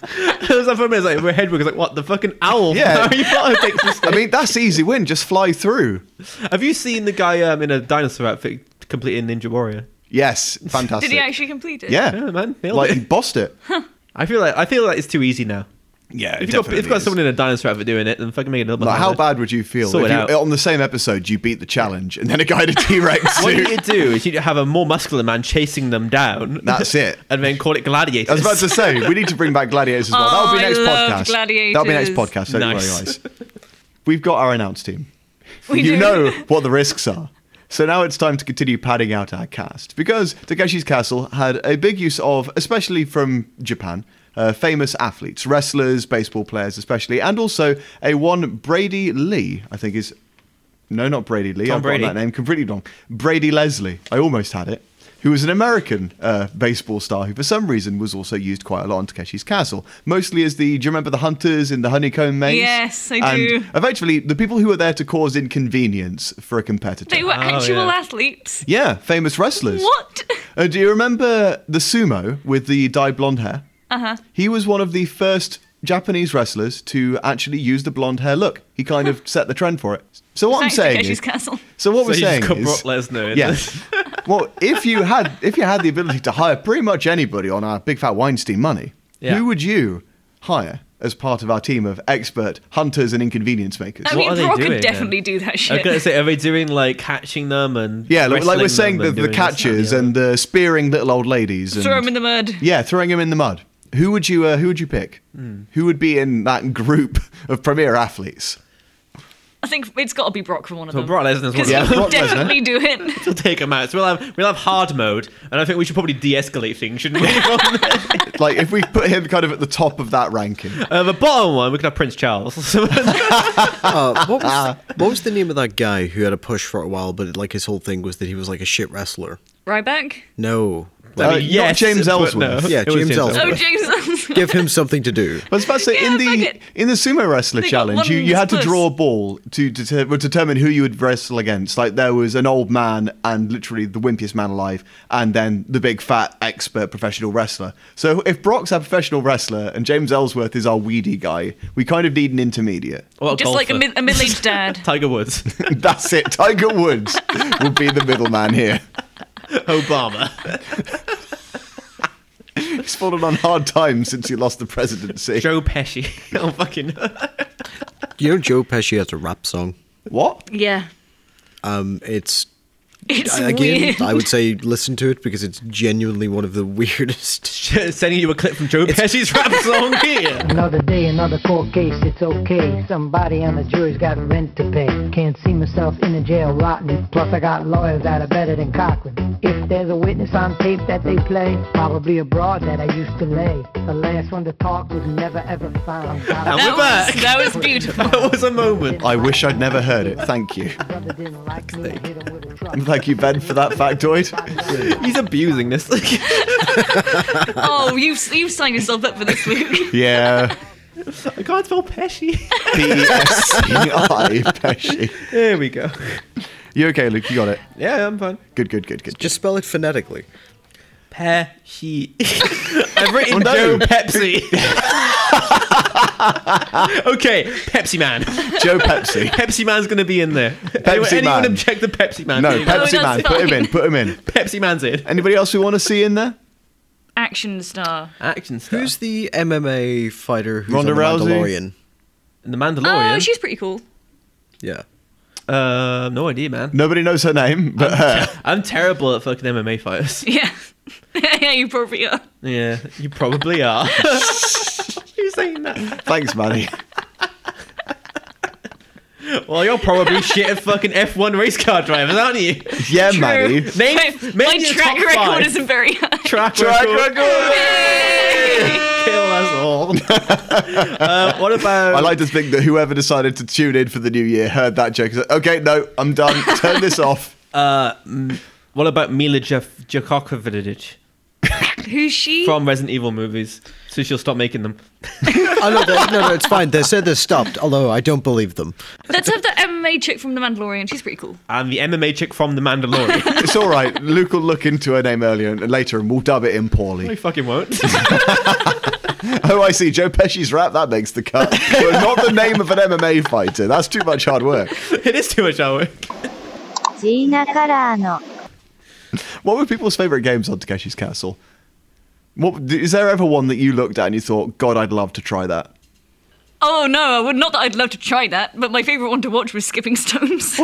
S3: It was like for a minute, like we're Hedwig was like, "What the fucking owl?"
S1: Yeah.
S3: Harry Potter takes the
S1: I mean, that's easy win. Just fly through.
S3: stage. Have you seen the guy um, in a dinosaur outfit completing Ninja Warrior?
S1: Yes, fantastic.
S2: Did he actually complete it?
S1: Yeah,
S3: Yeah, man, nailed
S1: like
S3: it.
S1: he bossed it.
S3: I feel like I feel like it's too easy now.
S1: yeah,
S3: If you've got, if you've got someone in a dinosaur outfit doing it, then fucking make another.
S1: Like, how bad would you feel
S3: Sort
S1: if
S3: it
S1: you,
S3: out.
S1: on the same episode you beat the challenge and then a guy in a T Rex
S3: What you
S1: suit?
S3: could do is you'd have a more muscular man chasing them down.
S1: That's it.
S3: and then call it gladiators.
S1: I was about to say we need to bring back gladiators as well. That'll be
S2: Oh, I
S1: next
S2: love
S1: podcast. That'll be next
S2: Gladiators.
S1: podcast. Don't worry,
S3: Nice.
S1: guys. We've got our announce team.
S2: We
S1: you
S2: do.
S1: know what the risks are. So now it's time to continue padding out our cast because Takeshi's Castle had a big use of, especially from Japan, uh, famous athletes, wrestlers, baseball players, especially, and also a one Brady Lee, I think is. No, not Brady Lee.
S3: Tom
S1: I've gotten
S3: Brady.
S1: that name completely wrong. Brady Leslie. I almost had it. Who was an American uh, baseball star who, for some reason, was also used quite a lot on Takeshi's Castle, mostly as the. Do you remember the hunters in the honeycomb maze?
S2: Yes, I
S1: And
S2: do.
S1: Eventually, the people who were there to cause inconvenience for a competitor.
S2: They were actual
S3: yeah.
S2: athletes.
S1: yeah, famous wrestlers.
S2: What?
S1: Uh, do you remember the sumo with the dyed blonde hair? Uh
S2: Uh-huh.
S1: huh. He was one of the first Japanese wrestlers to actually use the blonde hair look. He kind of set the trend for it. So what
S2: Thanks,
S1: I'm saying
S2: Takeshi's
S1: is,
S2: Castle.
S1: so what
S3: So
S1: we're
S3: you
S1: saying
S3: just got
S1: is,
S3: Brock Lesnar in
S1: Yes. well, if you had if you had the ability to hire pretty much anybody on our big fat Weinstein money,
S3: Yeah.
S1: who would you hire as part of our team of expert hunters and inconvenience makers?
S2: I
S3: What are
S2: mean,
S3: they
S2: Brock
S3: doing
S2: could
S3: then?
S2: definitely do that
S3: I was gonna
S2: shit.
S3: say, are they doing like catching them and
S1: yeah, like, like
S3: wrestling
S1: we're saying, the,
S3: them
S1: the
S3: and doing this, that,
S1: catchers
S3: the other?
S1: and uh, spearing little old ladies. And,
S2: Throw him in the mud.
S1: Yeah, throwing him in the mud. Who would you? Uh, who would you pick?
S3: Hmm.
S1: Who would be in that group of premier athletes?
S2: I think it's got to be Brock for one of
S3: So
S2: them.
S3: Brock Lesnar's one of
S2: Because
S1: them.
S2: he
S1: Yeah, Brock
S2: would
S1: Lesnar.
S2: definitely do it.
S3: We'll take them out. So we'll have we'll have hard mode, and I think we should probably de-escalate things, shouldn't we? From there?
S1: like if we put him kind of at the top of that ranking.
S3: uh, the bottom one, we could have Prince Charles. So-
S4: Uh, what,
S1: Ah.
S4: was, what was the name of that guy who had a push for a while, but like his whole thing was that he was like a shit wrestler?
S2: Ryback?
S4: No,
S3: I mean,
S1: not James
S3: but
S1: Ellsworth.
S4: Yeah,
S3: It was
S4: James Ellsworth.
S2: Oh, James
S4: Give him something to do.
S1: I was about to say
S2: Yeah,
S1: in the
S2: fuck it.
S1: in the sumo wrestler
S2: They got
S1: challenge,
S2: one
S1: you, you had to
S2: puss.
S1: draw a ball to, to, to determine who you would wrestle against. Like there was an old man and literally the wimpiest man alive, and then the big fat expert professional wrestler. So if Brock's our professional wrestler and James Ellsworth is our weedy guy, we kind of need an intermediate.
S3: What
S2: Just like a,
S3: golfer?
S2: mid- a middle-aged dad.
S3: Tiger Woods,
S1: That's it. Tiger Woods would be the middleman here.
S3: Obama.
S1: He's fallen on hard times since he lost the presidency.
S3: Joe Pesci. oh fucking!
S4: You know, Joe Pesci has a rap song.
S1: What?
S2: yeah,
S4: Um, it's
S2: it's
S4: again,
S2: weird.
S4: I would say listen to it because it's genuinely one of the weirdest.
S3: Sending you a clip from Joe Pesci's rap song here.
S8: Another day, another court case, it's okay. Somebody on the jury's got rent to pay. Can't see myself in the jail rotting. Plus, I got lawyers that are better than Cochran. If there's a witness on tape that they play, probably a broad that I used to lay. The last one to talk was never ever found.
S3: And we're
S2: that,
S3: back.
S2: was, that was beautiful.
S3: That was a moment.
S1: I wish I'd never heard it. Thank you.
S8: Brother didn't like me, I hit him with a truck.
S1: Thank you, Ben, for that factoid.
S3: He's abusing this.
S2: Oh, you've you've signed yourself up for this week.
S1: Yeah.
S3: I can't spell Pesci.
S1: E P-E-S-C-I, Pesci.
S3: There we go.
S1: You okay, Luke? You got it.
S3: Yeah, I'm fine.
S1: Good, good, good, good.
S4: Just spell it phonetically.
S3: Pesci. I've written
S1: Oh, no.
S3: Joe Pepsi. okay, Pepsi Man.
S1: Joe Pepsi.
S3: Pepsi Man's gonna be in there. anyone, anyone
S1: Man.
S3: object to Pepsi Man?
S1: No,
S2: that's
S1: Pepsi man. Put him in. Put him in.
S3: Pepsi Man's in.
S1: Anybody else we want to see in there?
S2: Action star.
S3: Action star.
S4: Who's the MMA fighter who's
S1: Ronda
S4: on the
S1: Rousey?
S4: Mandalorian?
S3: the
S2: Oh,
S3: Mandalorian?
S2: she's pretty cool.
S4: Yeah.
S3: uh, no idea, man.
S1: Nobody knows her name, but her.
S3: I'm terrible at fucking MMA fighters.
S2: Yeah, yeah, you probably are.
S3: Yeah, you probably are. Who's saying that?
S1: Thanks, Manny.
S3: Well, you're probably shit at fucking F1 race car drivers, aren't you?
S1: Yeah,
S2: True.
S1: Manny.
S3: Name,
S2: My,
S3: name
S2: my
S3: your
S2: track
S3: top
S2: record
S3: five.
S2: isn't very high.
S3: track,
S1: Track
S3: record. Kill us all. uh, what about?
S1: I like to think that whoever decided to tune in for the new year heard that joke. and said, Okay, no, I'm done. Turn this off.
S3: uh, What about Mila Jef- Djokovic
S2: Who's she?
S3: from Resident Evil movies? So she'll stop making them.
S4: Oh no, they, no, no, it's fine. They said they stopped, although I don't believe them.
S2: Let's have that MMA chick from The Mandalorian. She's pretty cool.
S3: And the MMA chick from The Mandalorian.
S1: It's all right. Luke will look into her name earlier and later, and we'll dub it in
S3: I
S1: poorly.
S3: fucking won't.
S1: Oh, I see. Joe Pesci's rap that makes the cut, but not the name of an MMA fighter. That's too much hard work.
S3: it is too much hour.
S9: ジーナカラーの
S1: What were people's favourite games on Takeshi's Castle? What is there ever one that you looked at and you thought, God, I'd love to try that?
S2: Oh no, I would not that I'd love to try that, but my favourite one to watch was Skipping Stones.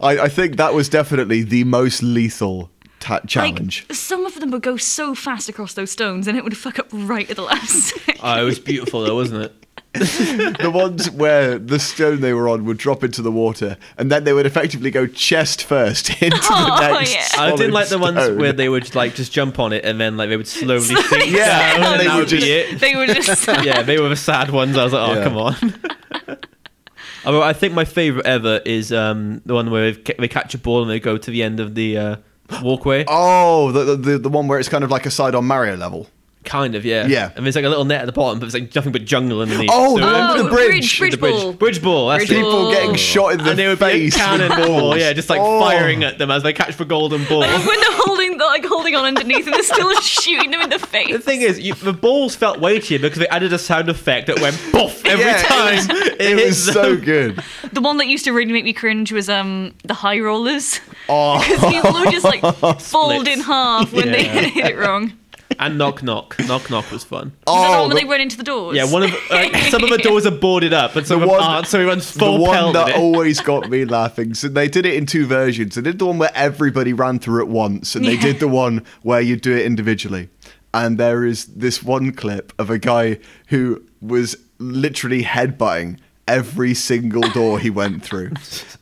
S1: I, I think that was definitely the most lethal ta- challenge.
S2: Like some of them would go so fast across those stones, and it would fuck up right at the last. second.
S3: Oh, it was beautiful though, wasn't it?
S1: the ones where the stone they were on would drop into the water, and then they would effectively go chest first into
S2: Oh,
S1: the next.
S2: yeah.
S3: I didn't
S1: solid
S3: like the ones
S1: stone.
S3: where they would like just jump on it and then like they would slowly sink
S1: Yeah,
S3: down,
S1: and
S3: and
S1: they
S3: that
S1: would
S3: would
S1: just-
S3: be it.
S2: they were just.
S3: Yeah, they were the sad ones. I was like, oh
S1: Yeah.
S3: come on. Although I think my favorite ever is um, the one where they catch a ball and they go to the end of the uh, walkway.
S1: Oh, the, the- the the one where it's kind of like a side on Mario level.
S3: Kind of, yeah.
S1: Yeah.
S3: And there's like a little net at the bottom, but it's like nothing but jungle underneath.
S1: Oh, the
S3: So- uh,
S1: one with
S2: Oh,
S1: the bridge.
S2: bridge, bridge,
S3: the bridge,
S2: ball.
S3: bridge ball. That's
S2: Bridge
S3: it.
S1: People
S2: ball.
S1: getting shot in the
S3: And they would be
S1: face
S3: cannon
S1: with
S3: ball,
S1: balls.
S3: yeah, just like
S1: Oh.
S3: firing at them as they catch for golden ball.
S2: when
S3: the
S2: they're holding, they're like holding on underneath, and they're still shooting them in the face.
S3: thing is, you, the balls felt weightier because they added a sound effect that went poof every
S1: Yeah, it
S3: time. It,
S1: It was
S3: hits them.
S1: so good.
S2: The one that used to really make me cringe was um the high rollers.
S1: Oh.
S2: People would just like fold in half when they
S3: Yeah.
S2: hit it wrong.
S3: And knock knock, knock knock was fun.
S2: Oh, the
S1: Oh,
S2: one when
S1: the-
S2: they run into the doors.
S3: Yeah, one of like, some of the doors are boarded up, and some
S1: The
S3: of
S1: one-
S3: them aren't. So he runs
S1: the
S3: full
S1: one
S3: pelt.
S1: that
S3: in it.
S1: always got me laughing. So they did it in two versions. They did the one where everybody ran through at once, and they
S2: Yeah.
S1: did the one where you do it individually. And there is this one clip of a guy who was literally headbutting every single door he went through.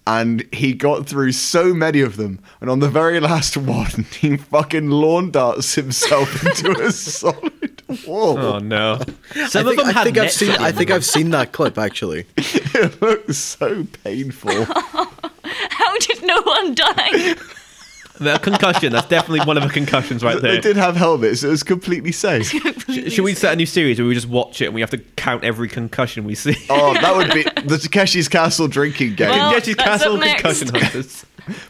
S1: And he got through so many of them. And on the very last one, he fucking lawn darts himself into a solid wall.
S3: Oh no! Some
S4: I
S3: of
S4: think,
S3: them
S4: I
S3: had
S4: think I've
S3: nets
S4: seen.
S3: on
S4: I
S3: them.
S4: think I've seen that clip actually.
S1: It looks so painful.
S2: How did no one die?
S3: The concussion. That's definitely one of the concussions right
S1: They
S3: there.
S1: did have helmets. It was completely safe.
S3: Sh- Should we set a new series where we just watch it and we have to count every concussion we see?
S1: Oh, that would be the Takeshi's Castle drinking game.
S2: Well-
S3: Yes, she's
S2: that's up
S3: castle
S2: next.
S3: concussion hunters.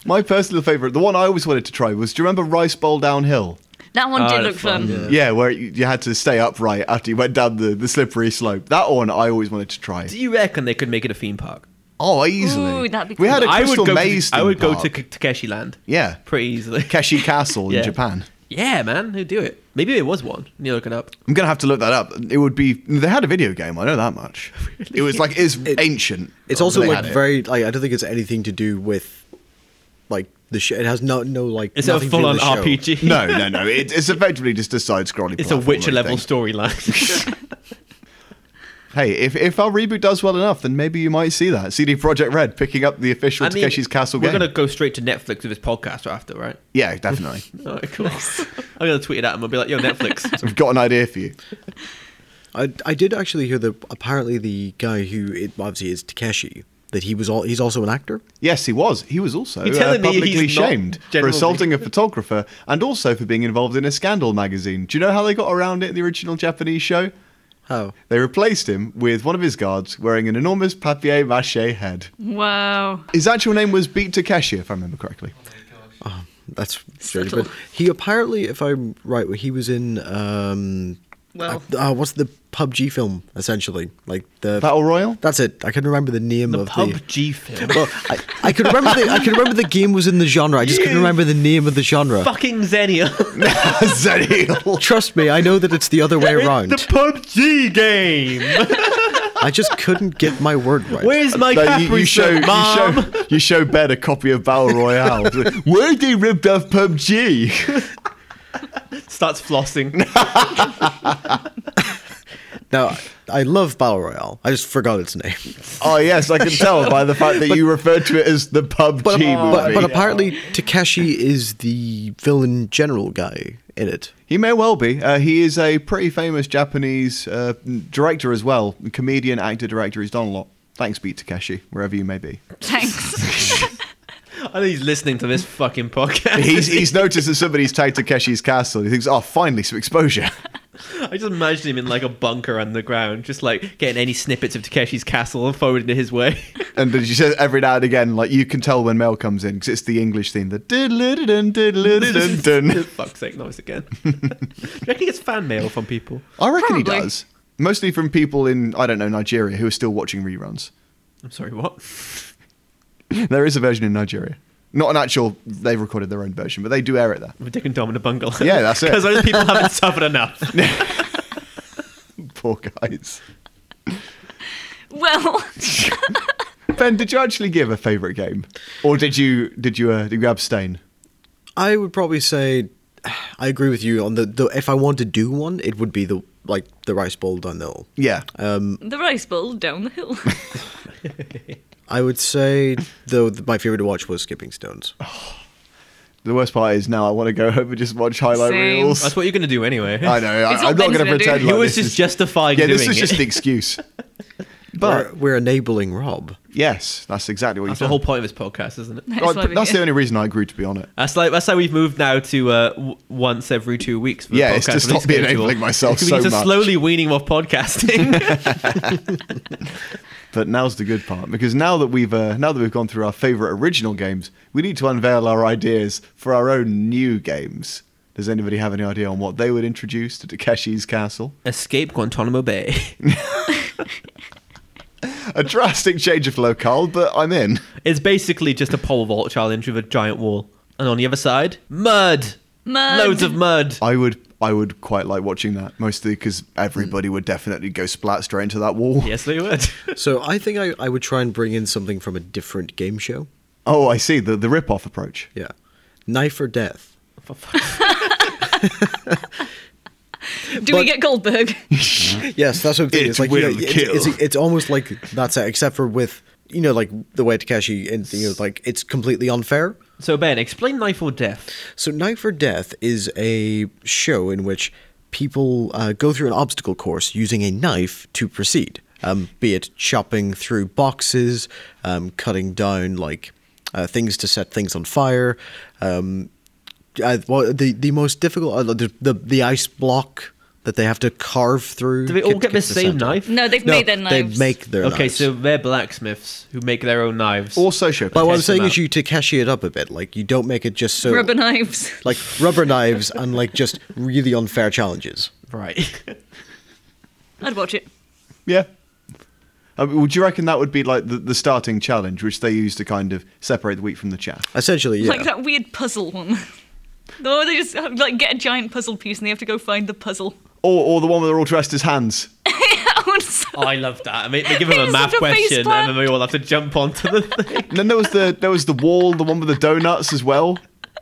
S1: My personal favourite, the one I always wanted to try was do you remember Rice Bowl Downhill?
S2: That one
S3: Oh,
S2: did
S3: that's
S2: look fun.
S3: fun,
S1: Yeah, where you, you had to stay upright after you went down the, the slippery slope. That one I always wanted to try.
S3: Do you reckon they could make it a theme park?
S1: Oh, easily.
S2: Ooh, that'd be
S1: we
S2: cool.
S1: had a
S3: I would
S1: crystal
S3: go. To,
S1: maze.
S3: I
S1: theme
S3: would go
S1: park.
S3: to K- Takeshi Land
S1: yeah,
S3: pretty easily.
S1: Keshi Castle
S3: Yeah.
S1: in Japan.
S3: Yeah, man, who do it? Maybe there was one. You look it up.
S1: I'm gonna have to look that up. It would be they had a video game. I know that much. It was like it's ancient.
S4: It's also
S1: They
S4: like
S1: had it.
S4: very. Like, I don't think it's anything to do with like the show. It has no no like.
S3: It's a
S4: nothing to do
S3: full
S4: with
S3: on
S4: the show.
S3: RPG.
S1: no, no, no. It, it's effectively just a side scrolling.
S3: It's a Witcher level storyline.
S1: Hey, if, if our reboot does well enough, then maybe you might see that CD Project Red picking up the official
S3: I mean,
S1: Takeshi's Castle
S3: We're
S1: game.
S3: gonna go straight to Netflix with this podcast after, right?
S1: Yeah, definitely.
S3: All right, cool. I'm gonna tweet it at him. I'll be like, "Yo, Netflix."
S1: We've got an idea for you.
S4: I, I did actually hear that apparently the guy who it obviously is Takeshi that he was all he's also an actor.
S1: Yes, he was. He was also
S3: You're
S1: uh,
S3: telling me
S1: publicly
S3: he's not
S1: shamed for
S3: generally-
S1: assaulting a photographer and also for being involved in a scandal magazine. Do you know how they got around it in the original Japanese show?
S4: How?
S1: They replaced him with one of his guards wearing an enormous papier mache head.
S2: Wow.
S1: His actual name was Beat Takeshi, if I remember correctly.
S4: That's strange.
S2: Subtle.
S4: But he apparently, if I'm right, he was in um,
S2: Well.
S4: uh, uh, what's the PUBG film essentially like the
S1: Battle Royale?
S4: That's it. I can remember the name
S3: the
S4: of the.
S3: PUBG film.
S4: Well, I, I could remember the I could remember the game was in the genre. I just couldn't remember the name of the genre.
S3: Fucking Xenia.
S1: Zenial.
S4: Trust me, I know that it's the other way
S3: the
S4: around.
S3: PUBG game.
S4: I just couldn't get my word right.
S3: Where's my
S1: No,
S3: cap
S1: you, you show,
S3: research,
S1: you,
S3: mom?
S1: show, you show Ben a copy of Battle Royale. Where they ripped off PUBG?
S3: Starts flossing.
S4: Now, I love Battle Royale. I just forgot its name.
S1: oh, yes, I can tell by the fact that you referred to it as the PUBG
S4: But, but,
S1: movie.
S4: but apparently, Takeshi is the villain general guy in it.
S1: He may well be. Uh, he is a pretty famous Japanese uh, director as well, comedian, actor, director. He's done a lot. Thanks, Beat Takeshi, wherever you may be.
S2: Thanks.
S3: I know he's listening to this fucking podcast.
S1: He's, he's noticed that somebody's tagged Takeshi's castle. He thinks, oh, finally some exposure.
S3: I just imagine him in like a bunker underground, just like getting any snippets of Takeshi's castle and forwarding it his way.
S1: And as you said, every now and again, like you can tell when mail comes in because it's the English theme. The diddle-dun, diddle-dun-dun.
S3: Fuck's sake, noise again. Do you reckon he gets fan mail from people?
S1: I reckon he
S2: Probably.
S1: does. Mostly from people in, I don't know, Nigeria who are still watching reruns.
S3: I'm sorry, what?
S1: There is a version in Nigeria. Not an actual, they've recorded their own version, but they do air it there.
S3: We're taking Dom in a bungalow.
S1: Yeah, that's it.
S3: Because those people haven't suffered enough.
S1: Poor guys.
S2: well,
S1: Ben, did you actually give a favourite game, or did you did you uh, did you abstain?
S4: I would probably say I agree with you on the, the if I want to do one, it would be the like the rice bowl downhill.
S1: Yeah,
S2: the rice bowl down the hill.
S4: I would say though that my favorite to watch was Skipping Stones.
S1: the worst part is now I want to go home and just watch highlight
S2: Same.
S1: reels.
S3: That's what you're going to do anyway.
S1: I know. I,
S2: It's what
S1: I'm not going
S2: Ben's
S1: to
S2: gonna do.
S1: pretend.
S3: He
S1: like
S3: was
S1: this
S3: just
S1: is,
S3: justifying
S1: yeah. This
S3: doing
S1: is just
S3: it.
S1: the excuse.
S4: We're,
S1: But
S4: we're enabling Rob.
S1: yes, that's exactly what
S3: That's
S1: you
S3: the whole point of this podcast, isn't it?
S2: That's why we
S1: that's
S2: get-
S1: the only reason I grew to be on it.
S3: That's like that's how we've moved now to uh, w- once every two weeks. For the
S1: Yeah, it's
S3: podcast
S1: to stop
S3: release
S1: me
S3: schedule.
S1: enabling myself
S3: we
S1: so
S3: need to
S1: much.
S3: slowly weaning off podcasting.
S1: But now's the good part because now that we've uh, now that we've gone through our favourite original games, we need to unveil our ideas for our own new games. Does anybody have any idea on what they would introduce to Takeshi's Castle?
S3: Escape Guantanamo Bay.
S1: A drastic change of locale, but I'm in.
S3: It's basically just a pole vault challenge with a giant wall, and on the other side, mud.
S2: Mud.
S3: Loads of mud.
S1: I would I would quite like watching that mostly because everybody would definitely go splat straight into that wall.
S3: Yes, they would.
S4: So I think I, I would try and bring in something from a different game show.
S1: Oh, I see the the rip off approach.
S4: Yeah. Knife or Death.
S2: Do
S4: But-
S2: we get Goldberg?
S4: Yes, that's what I'm thinking.
S1: It's
S4: It's, like
S1: will
S4: yeah, it's,
S1: kill.
S4: it's, it's almost like that's it, except for with you know like the way Takeshi and you know like it's completely unfair.
S3: so Ben, explain knife or death.
S4: So Knife or Death is a show in which people uh, go through an obstacle course using a knife to proceed. Um, be it chopping through boxes, um, cutting down like uh, things to set things on fire, um, I, well, the the most difficult uh, the, the the ice block that they have to carve through.
S3: Do they all get the same knife?
S2: No, they've made their knives.
S4: They make their
S3: Okay,
S4: knives.
S3: so they're blacksmiths who make their own knives.
S1: Or sociopath.
S4: but what I'm
S3: test them
S4: saying is
S3: out.
S4: you Takeshi it up a bit. Like you don't make it just so
S2: Rubber knives.
S4: like rubber knives and like just really unfair challenges.
S3: right.
S2: I'd watch it.
S1: Yeah. I mean, would you reckon that would be like the, the starting challenge, which they use to kind of separate the wheat from the chaff?
S4: Essentially, yeah.
S2: Like that weird puzzle one. The one where they just like get a giant puzzle piece and they have to go find the puzzle.
S1: Or, or the one where they're all dressed as hands?
S2: That one's so-
S3: Oh, I love that. I mean, they give them a
S2: It's
S3: math
S2: such a face
S3: question,
S2: plant.
S3: and then we all have to jump onto the thing.
S1: And then there was the there was the wall, the one with the donuts as well.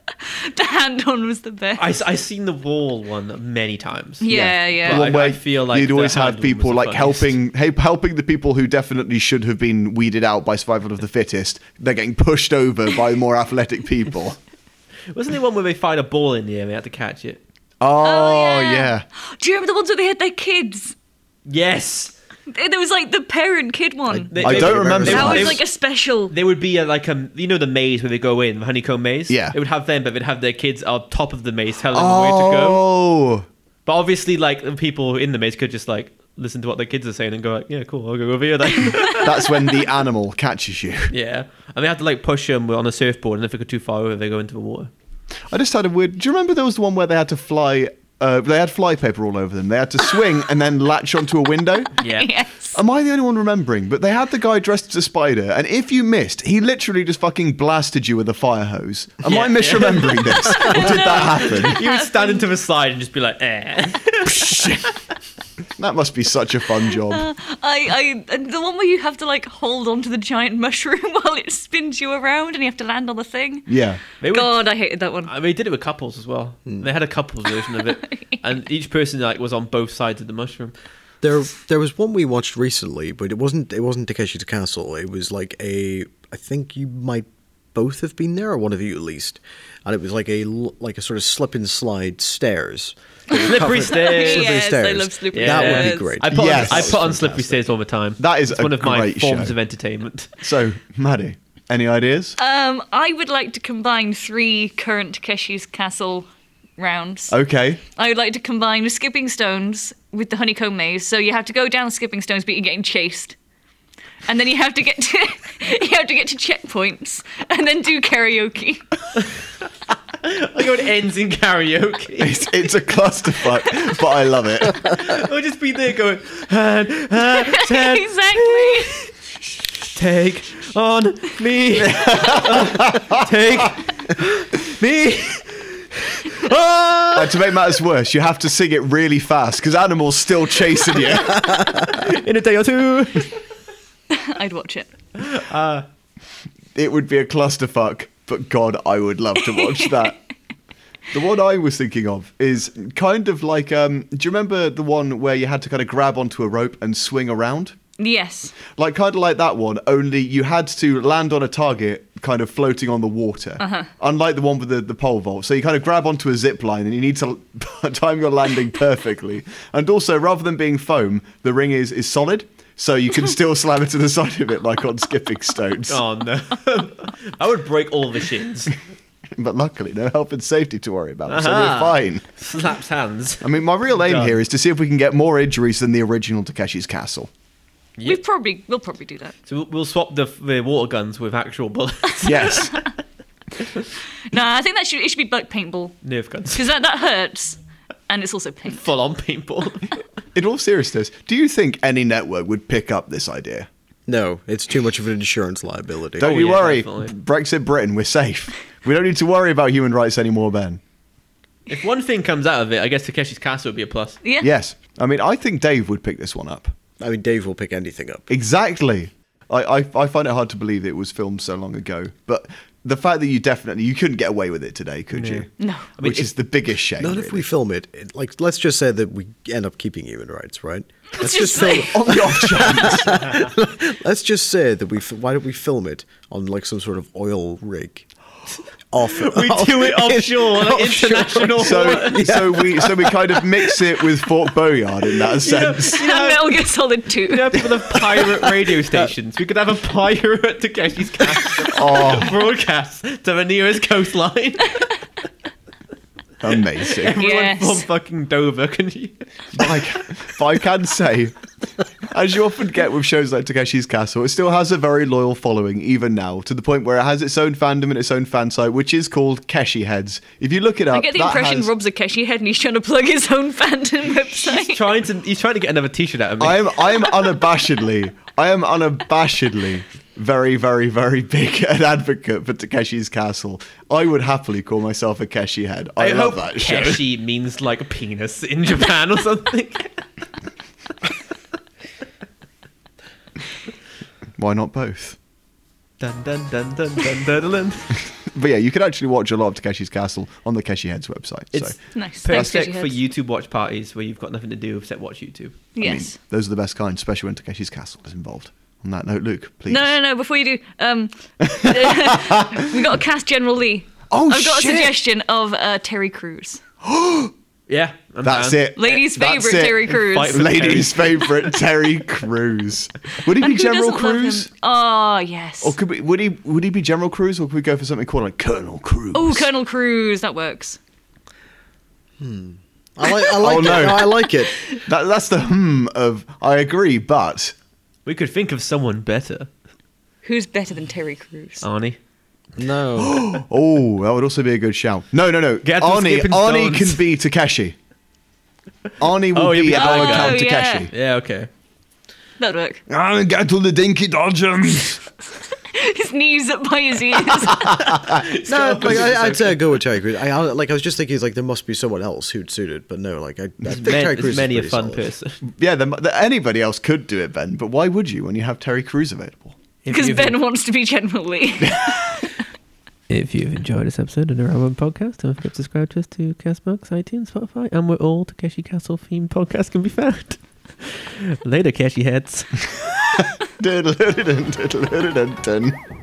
S2: the hand on was the best.
S3: I have seen the wall one many times.
S2: yeah, yeah.
S1: The one
S3: I-
S1: where
S3: I feel like
S1: you'd
S3: the
S1: always
S3: hand
S1: have
S3: one
S1: people
S3: was the
S1: like
S3: funniest.
S1: helping help, helping the people who definitely should have been weeded out by survival of the fittest. They're getting pushed over by more athletic people.
S3: Wasn't there one where they fired a ball in the air and they had to catch it?
S1: Oh,
S2: yeah.
S1: yeah.
S2: Do you remember the ones where they had their kids?
S3: Yes.
S2: There there was like the parent kid one.
S3: They-
S1: I
S3: they-
S1: don't
S3: they-
S1: remember
S3: They,
S2: that
S1: that.
S2: was
S3: they-
S2: like a special.
S3: they would be uh like um, you know the maze where they go in, the honeycomb maze.
S1: Yeah.
S3: They would have them, but they'd have their kids on top of the maze telling them where to go.
S1: Oh,
S3: But obviously, like the people in the maze could just like listen to what their kids are saying and go like, yeah, cool, I'll go over here. Then.
S1: that's when the animal catches you.
S3: yeah. And they had to like push them on a surfboard, and if they go too far over, they go into the water.
S1: I just had a weird. Do you remember there was the one where they had to fly? Uh, they had flypaper all over them. They had to swing and then latch onto a window.
S3: Yeah.
S2: Yes.
S1: Am I the only one remembering? But they had the guy dressed as a spider, and if you missed, he literally just fucking blasted you with a fire hose. Am I
S3: Yeah.
S1: misremembering this? Or did that happen?
S3: You would stand into the side and just be like, eh.
S1: That must be such a fun job.
S2: I, I, and the one where you have to like hold onto the giant mushroom while it spins you around and you have to land on the thing.
S1: Yeah.
S3: They would-
S2: God, I hated that one.
S3: I mean, they did it with couples as well. They had a couples version of it, and each person like was on both sides of the mushroom.
S4: There, there was one we watched recently, but it wasn't. It wasn't Takeshi's Castle. It was like a. I think you might both have been there, or one of you at least. And it was like a l- like a sort of slip and slide stairs.
S3: Slippery stairs.
S4: Slippery
S2: Yes, I
S4: stairs.
S2: love slippery
S4: That would
S2: stairs.
S4: be great.
S3: I put
S1: Yes.
S3: on, I put on
S4: Fantastic.
S3: slippery stairs all the time.
S1: That is
S3: It's
S1: a
S3: one of my
S1: great
S3: forms
S1: show.
S3: of entertainment.
S1: So, Maddie, any ideas?
S2: Um, I would like to combine three current Takeshi's Castle rounds.
S3: Oh.
S1: Okay.
S2: I would like to combine the skipping stones with the honeycomb maze. So you have to go down skipping stones, but you're getting chased, and then you have to get to you have to get to checkpoints, and then do karaoke.
S3: Like it ends in karaoke.
S1: It's, it's a clusterfuck, but I love it.
S3: I'll just be there going, "And, and, and,
S2: exactly.
S3: take on me, take me. Oh,
S1: And Uh, to make matters worse, you have to sing it really fast because animals still chasing you.
S3: In a day or two.
S2: I'd watch it.
S1: it would be a clusterfuck, but God, I would love to watch that. the one I was thinking of is kind of like um, do you remember the one where you had to kind of grab onto a rope and swing around?
S2: Yes.
S1: Like kind of like that one, only you had to land on a target kind of floating on the water. Unlike the one with the, the pole vault. So you kind of grab onto a zip line and you need to time your landing perfectly. and also rather than being foam, the ring is is solid. So you can still slam it to the side of it like on skipping stones.
S3: Oh no! I would break all the shins.
S1: But luckily, no health and safety to worry about, so we're
S3: Aha.
S1: fine.
S3: Slaps hands.
S1: I mean, my real aim
S3: Done.
S1: here is to see if we can get more injuries than the original Takeshi's Castle.
S2: We probably we'll probably do that.
S3: So we'll- we'll swap the, the water guns with actual bullets,
S1: Yes.
S2: No, I think that should it should be like paintball
S3: Nerf guns,
S2: because that, that hurts, and it's also paint.
S3: full on paintball.
S1: In all seriousness, do you think any network would pick up this idea?
S4: No, it's too much of an insurance liability.
S1: Don't
S3: Oh,
S1: you
S3: yeah,
S1: worry,
S3: definitely.
S1: Brexit Britain, we're safe. We don't need to worry about human rights anymore, Ben.
S3: if one thing comes out of it, I guess Takeshi's Castle would be a plus.
S2: Yeah.
S1: Yes. I mean, I think Dave would pick this one up.
S4: I mean, Dave will pick anything up.
S1: Exactly. I, I, I find it hard to believe it was filmed so long ago, but the fact that you definitely you couldn't get away with it today, could you?
S2: No.
S1: I mean, Which is the biggest shame.
S4: Not if we film it. It- Like, let's just say that we end up keeping human rights, right? Let's
S2: just
S4: just say.
S1: on the off chance.
S4: Let's just say that we. f- Why don't we film it on like some sort of oil rig? Off.
S3: We do it offshore, like international.
S1: So, so we so we kind of mix it with Fort Boyard in that sense.
S2: And Metal Gear Solid 2.
S3: You know, people have pirate
S1: Uh,
S3: radio stations. We could have a pirate Takeshi's Castle
S1: Oh,
S3: broadcast to the nearest coastline.
S1: Amazing.
S3: Everyone
S2: Yes.
S3: from fucking Dover, can you?
S1: But I, ca- but I can say, as you often get with shows like Takeshi's Castle, it still has a very loyal following, even now, to the point where it has its own fandom and its own fan site, which is called Keshi Heads. If you look it up,
S2: I get the
S1: that
S2: impression
S1: has-
S2: Rob's a Keshi head and he's trying to plug his own fandom website.
S3: trying to, he's trying to get another T-shirt out of me.
S1: I am I am unabashedly I am unabashedly very very very big an advocate for Takeshi's Castle. I would happily call myself a Keshi head. I, love
S3: hope
S1: that show.
S3: Keshi means like penis in Japan or something.
S1: Why not both?
S3: dun dun dun dun dun dun dun.
S1: But yeah, you can actually watch a lot of Takeshi's Castle on the Keshi Heads website.
S3: It's
S1: so
S2: nice. Thanks,
S3: perfect
S2: Keshi
S3: for
S2: heads.
S3: YouTube watch parties where you've got nothing to do except watch YouTube.
S2: Yes.
S1: those are the best kind, especially when Takeshi's Castle is involved. On that note, Luke, please.
S2: no, no, no. Before you do, um, we got to cast General Lee.
S1: Oh
S2: I've got
S1: shit!
S2: a suggestion of uh, Terry Crews,
S3: Yeah, I'm
S1: That's
S3: down.
S1: it.
S2: ladies'
S1: That's
S2: favorite
S1: it.
S2: Terry Crews.
S3: Fight for
S1: Ladies' favorite Terry Crews. Would he be
S2: And who
S1: General
S2: doesn't love him?
S1: Crews?
S2: Oh yes.
S1: Or could we, would he would he be General Crews, or could we go for something called like Colonel Crews?
S2: Oh, Colonel Crews, that works.
S4: I like, I like,
S1: Oh, no.
S4: it. I like it.
S1: That, that's the hmm of I agree, but
S3: We could think of someone better,
S2: Who's better than Terry Crews?
S3: Arnie.
S4: No.
S1: oh, that would also be a good shout. No, no, no.
S3: Get to
S1: Arnie,
S3: skipping
S1: Arnie
S3: stones.
S1: can be Takeshi. Arnie will
S3: Oh, he'll
S1: be,
S3: be the
S1: our
S3: other guy.
S1: Count
S2: Oh, yeah.
S1: Takeshi.
S3: Yeah, okay.
S2: That'd work.
S1: I Ah, get to the Dinky Dodgems.
S2: His knees up by his ears.
S4: no, like, I, I'd say I'd go with Terry Crews. I, I, like, I was just thinking, like, there must be someone else who'd suit it, but no, like, I, I think Terry
S3: Man,
S4: Crews is
S3: many a
S4: pretty
S3: fun
S4: solid.
S3: person.
S1: yeah, the, the, anybody else could do it, Ben, but why would you when you have Terry Crews available?
S2: Because Ben wants to be General Lee.
S3: If you've enjoyed this episode of the Railroad Podcast, don't forget to subscribe to us to Castbox, iTunes, Spotify, and where all Takeshi Castle themed podcasts can be found. Later, Keshi heads.
S1: Diddle-diddle-dun, diddle-diddle-dun-dun.